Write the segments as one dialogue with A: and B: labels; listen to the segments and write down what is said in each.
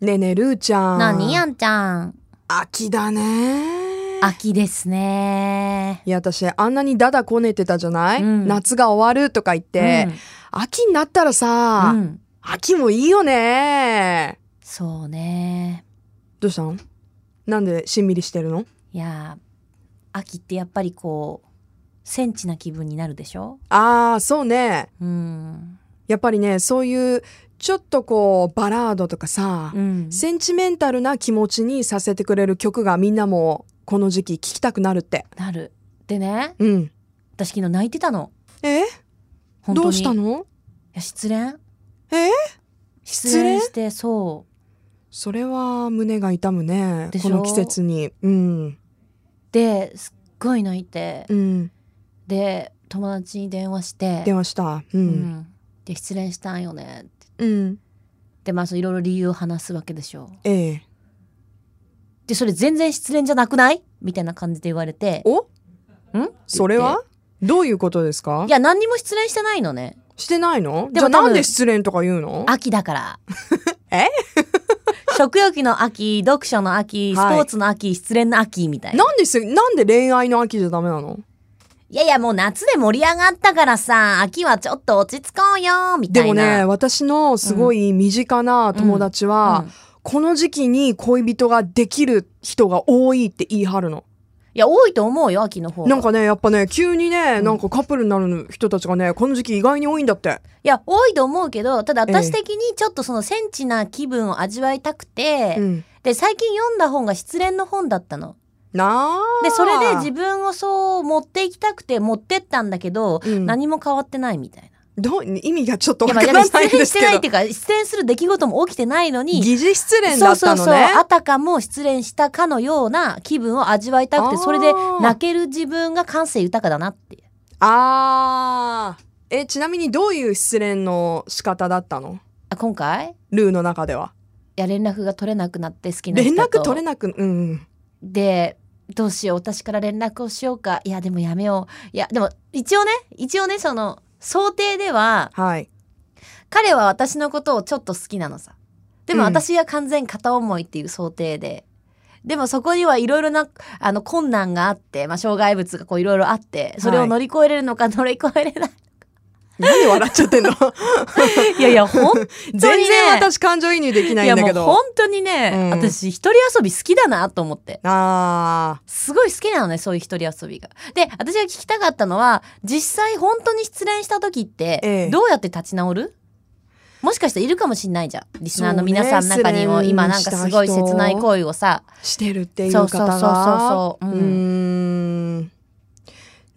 A: ねえねえるーちゃん。
B: なにやんちゃん。
A: 秋だね。
B: 秋ですね。
A: いや、私、あんなにダダこねてたじゃない、
B: うん
A: 夏が終わるとか言って。秋になったら
B: うん、
A: さ、
B: うん
A: 秋もいいよね。
B: そうね。
A: どうしたんなんでしんみりしてるの
B: いや、秋ってやっぱりこう、センチな気分になるでしょ
A: ああ、そうね。
B: うん。
A: やっぱりね、そういう、ちょっとこう、バラードとかさ、
B: うん。
A: センチメンタルな気持ちにさせてくれる曲がみんなも、この時期聴きたくなるって。
B: なる。でね、
A: うん。
B: 私昨日泣いてたの。
A: え
B: 本当に
A: どうした
B: い
A: の
B: や、失恋
A: え
B: 失恋して、そ
A: それは胸が痛むね
B: でし
A: こ
B: ょ
A: の季節にうん
B: う。で、すっごい泣いて、
A: うん
B: で、友達に電話して、
A: 電話したう
B: うんん。で、失恋したんよねって。
A: うん、
B: で、まあ、そういろいろ理由を話すわけでしょう。
A: ええ
B: で、それ全然失恋じゃなくないみたいな感じで言われて。
A: お
B: ん
A: それはどういうことですか
B: いや、何にも失恋してないのね。
A: してないの
B: で
A: じゃあ
B: も
A: な
B: 多
A: ん
B: 分
A: で失恋とか言うの
B: 秋だから。
A: え
B: 食欲の秋、読書の秋、スポ
A: はい
B: ーツの秋、失恋の秋みたいな。
A: なんですなんで恋愛の秋じゃダメなの
B: いやいや、もう夏で盛り上がったからさ、秋はちょっと落ち着こうよ、み
A: で
B: たい
A: も
B: な。
A: ね私のすごい身近な友達は、
B: うんい
A: この時期に恋人ができる人が多いって言い張るの。
B: や、多いと思うよ、秋の方が。
A: なんかね、やっぱね、急にね、
B: うん
A: なんかカップルになる人たちがね、この時期意外に多いんだって。
B: いや、多いと思うけど、ただ
A: ええ
B: 私的にちょっとそのセンチな気分を味わいたくて、
A: うん。
B: で、最近読んだ本が失恋の本だったの。
A: なあ。
B: で、それで自分をそう持っていきたくて持ってったんだけど、
A: うん
B: 何も変わってないみ たいな。
A: どう意味がちょっとわか
B: やばい
A: ら
B: やば
A: ないいん
B: 失恋
A: です
B: して
A: け
B: ない
A: ど
B: っていうか失恋する出来事も起きてないのに
A: 疑似失恋
B: そ
A: だ
B: う
A: っ
B: そ
A: た
B: う
A: の
B: そう
A: ね
B: あたかも失恋したかのような気分を味わいたくて
A: あー
B: それで泣ける自分が感性豊かだなっていう
A: あーえちなみにどういう失恋の仕方だったの
B: あ今回い
A: ルーの中では
B: や連絡が取れなくなって好きな
A: 連
B: 人と
A: 絡取れなくうん
B: でどうしよう私から連絡をしようかいやでもやめよういやでも一応ね一応ねその想定では
A: はい
B: 彼は私のことをちょっと好きなのさでも
A: うん
B: 私は完全片思いっていう想定で、でもそこにはいろいろなあの困難があって、まあ、障害物がこういろいろあってそれを乗り越えれるのか乗 り越えれ ない、
A: 何で笑っちゃってん の
B: い、やいやほん
A: 全然私感情移入できないいん
B: や
A: だ
B: も
A: け
B: う本
A: ど
B: 当にね、
A: うん
B: 私一人遊び好きだなと思って
A: あ
B: すごい好きなのねそういう一人遊びが。で私が聞きたかったのは実際本当に失恋した時っ
A: え
B: て
A: え
B: どうやって立ち直る、もしかしたらいるかもしんないじゃんリスナー
A: そ
B: の
A: うね
B: 皆さんの中にも
A: 失恋
B: 今なんかすごい
A: した人
B: 切ない恋をさ
A: ーしてるっていう
B: そ
A: 方
B: うそうそう
A: が
B: そうそ
A: う
B: う
A: ー
B: うん
A: ん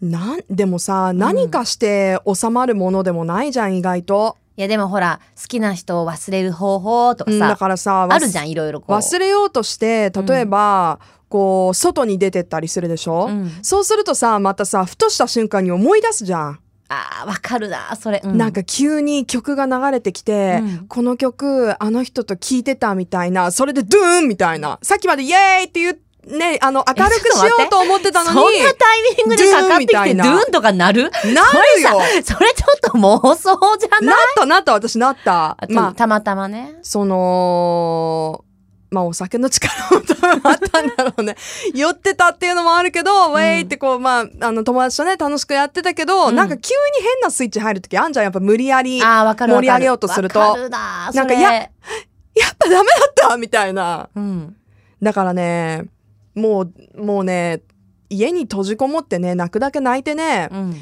A: なんでもさ何かして収まるものでもないじゃん意外と、
B: いやでもほら好きな人を忘れる方法とか
A: うん、だ
B: さ、
A: からさ
B: あるじゃんいろいろこう。
A: 忘れようとして例えば、こう外に出てったりするでしょ、
B: うん
A: そうするとさまたさふとした瞬間に思い出すじゃん、
B: あーわかるなそれ、う
A: なんか急に曲が流れてきて、
B: うん
A: この曲あの人と聴いてたみたいなそれでドゥーンみたいなさっきまでイエーイっていうねあの明るくしようと思ってた
B: そ
A: の
B: ん
A: に
B: なタイミングでかかってきて
A: ドゥーンみたい
B: ド
A: な
B: ゥーンとかなる
A: なるよ
B: それちょっと妄想じゃない
A: なったなった私なった
B: あと
A: まあ
B: たまたまね
A: そのまあお酒の力も多分あったんだろう ね酔ってたっていうのもあるけど、ウェイってこうまああの友達とね楽しくやってたけど、
B: うん
A: なんか急に変なスイッチ入る時あんじゃんやっぱ無理やりやっ
B: あーわかるわ
A: 盛
B: かる
A: り上げようとすると
B: わかるな
A: なんかいや、ぱダメだったみたいな
B: それうん、
A: だからねもうもうね家に閉じこもってね泣くだけ泣いてね
B: うん、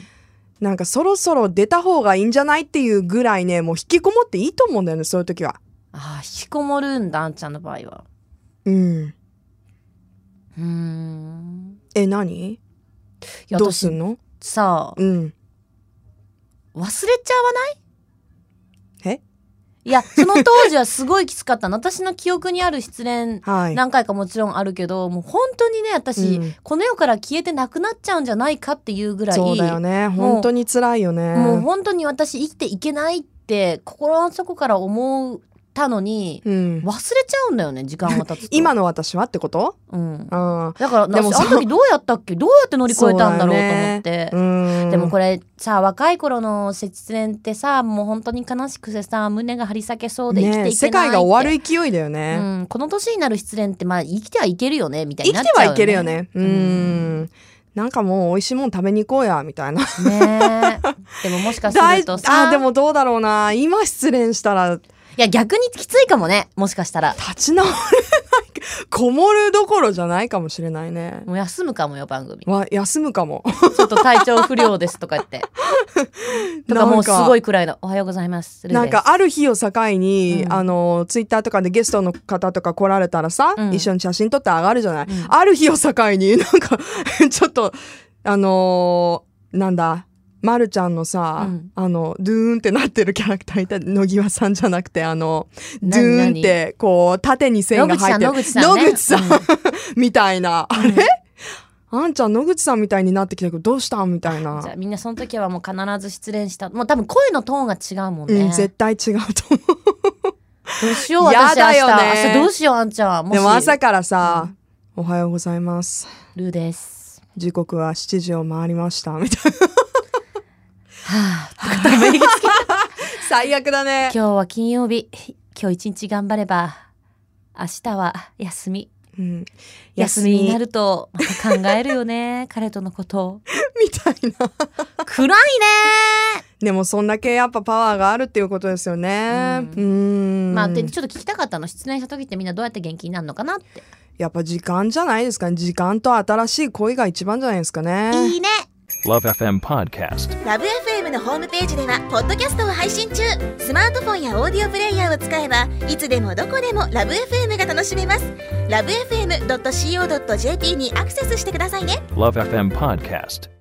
A: なんかそろそろ出た方がいいんじゃないっていうぐらいねもう引きこもっていいと思うんだよねそういう時は
B: ああ引きこもるんだあんちゃんの場合は
A: うん
B: うーん
A: え何
B: いや
A: どうす
B: 私
A: んの
B: さ
A: うん
B: 忘れちゃわない
A: え
B: いやその当時はすごいきつかったの 私の記憶にある失恋
A: はい
B: 何回かもちろんあるけどもう本当にね私、
A: うん
B: この世から消えてなくなっちゃうんじゃないかっていうぐらい
A: そうだよね本当に辛いよね
B: もう本当に私生きていけないって心の底から思うたのに
A: うん
B: 忘れちゃうんだよね時間が経つと
A: 今の私はってこと
B: うん
A: うん
B: だから
A: でも
B: 私あ
A: そ
B: の
A: う
B: 時どうやったっけどうやって乗り越えたんだろうと思って、
A: うん
B: でもこれさ若い頃の節恋ってさもう本当に悲しくてさ胸が張り裂けそうで生きていけない
A: ね
B: って、
A: 世界が終わる勢いだよね、
B: うん、この年になる失恋ってまあ生きてはいけるよねみたい
A: 生き
B: になってちゃう
A: は
B: よね
A: いけるよねうんんなんかもう美味しいもん食べに行こうやみたいな
B: ねえでももしかすると
A: 大
B: さ
A: あでもどうだろうな今失恋したら
B: いや逆にきついかもねもしかしたら
A: 立ち直れない こもるどころじゃないかもしれないね
B: もう休むかもよ番組ち
A: わ休むかも
B: ょっと体調不良ですとか言って とかもうすご
A: い
B: いくらいの「おはようございます」
A: なん
B: ルイ
A: かある日を境に、
B: うん
A: あのツイッターとかでゲストの方とか来られたらさ、
B: うん
A: 一緒に写真撮って上がるじゃない、
B: うん
A: ある日を境になんかちょっとあのーなんだまるちゃんのさ、
B: うん
A: あのドゥーンってなってるキャラクターいた乃木はさんじゃなくてあのドゥ
B: 何
A: ーン
B: 何
A: ってこう縦に
B: です
A: 線が入ってる
B: 野口さん野口さん、ね、
A: 野口
B: 口さ
A: みたいな、あ
B: ん、うん
A: あんちゃん野口さんみたいになってきたけどどうしたんみたいな
B: じゃあみんなその時はもう必ず失恋したもう多分声のトーンが違うもんね、
A: うん、絶対違うと思
B: どうしよう私明
A: やだ
B: 日
A: よね
B: 明日どうしようあんちゃん
A: う
B: もし
A: でも朝からさ「おはようございます
B: ルーです
A: 時刻は7時を回りました」みたいな
B: はあとか言って
A: 最悪だね
B: 今日は金曜日今日一日頑張れば明日は休み
A: うん
B: 休みになるとまた考えるよ ね彼とのこと
A: みたいな
B: 暗いね
A: でもそんだけやっぱパワーがあるっていうことですよねう
B: うんまあでちょっと聞きたかったの失恋した時ってみんなどうやって元気になるのかなって、
A: やっぱ時間じゃないですかね時間と新しい恋が一番じゃないですかね
B: いいね
C: Love FM Podcast.
D: ラブ f m のホームページではポッドキャストを配信中スマートフォンやオーディオプレイヤーを使えばいつでもどこでもラブ f m が楽しめますラブ FM.co.jp にアクセスしてくださいね
C: Love FM Podcast.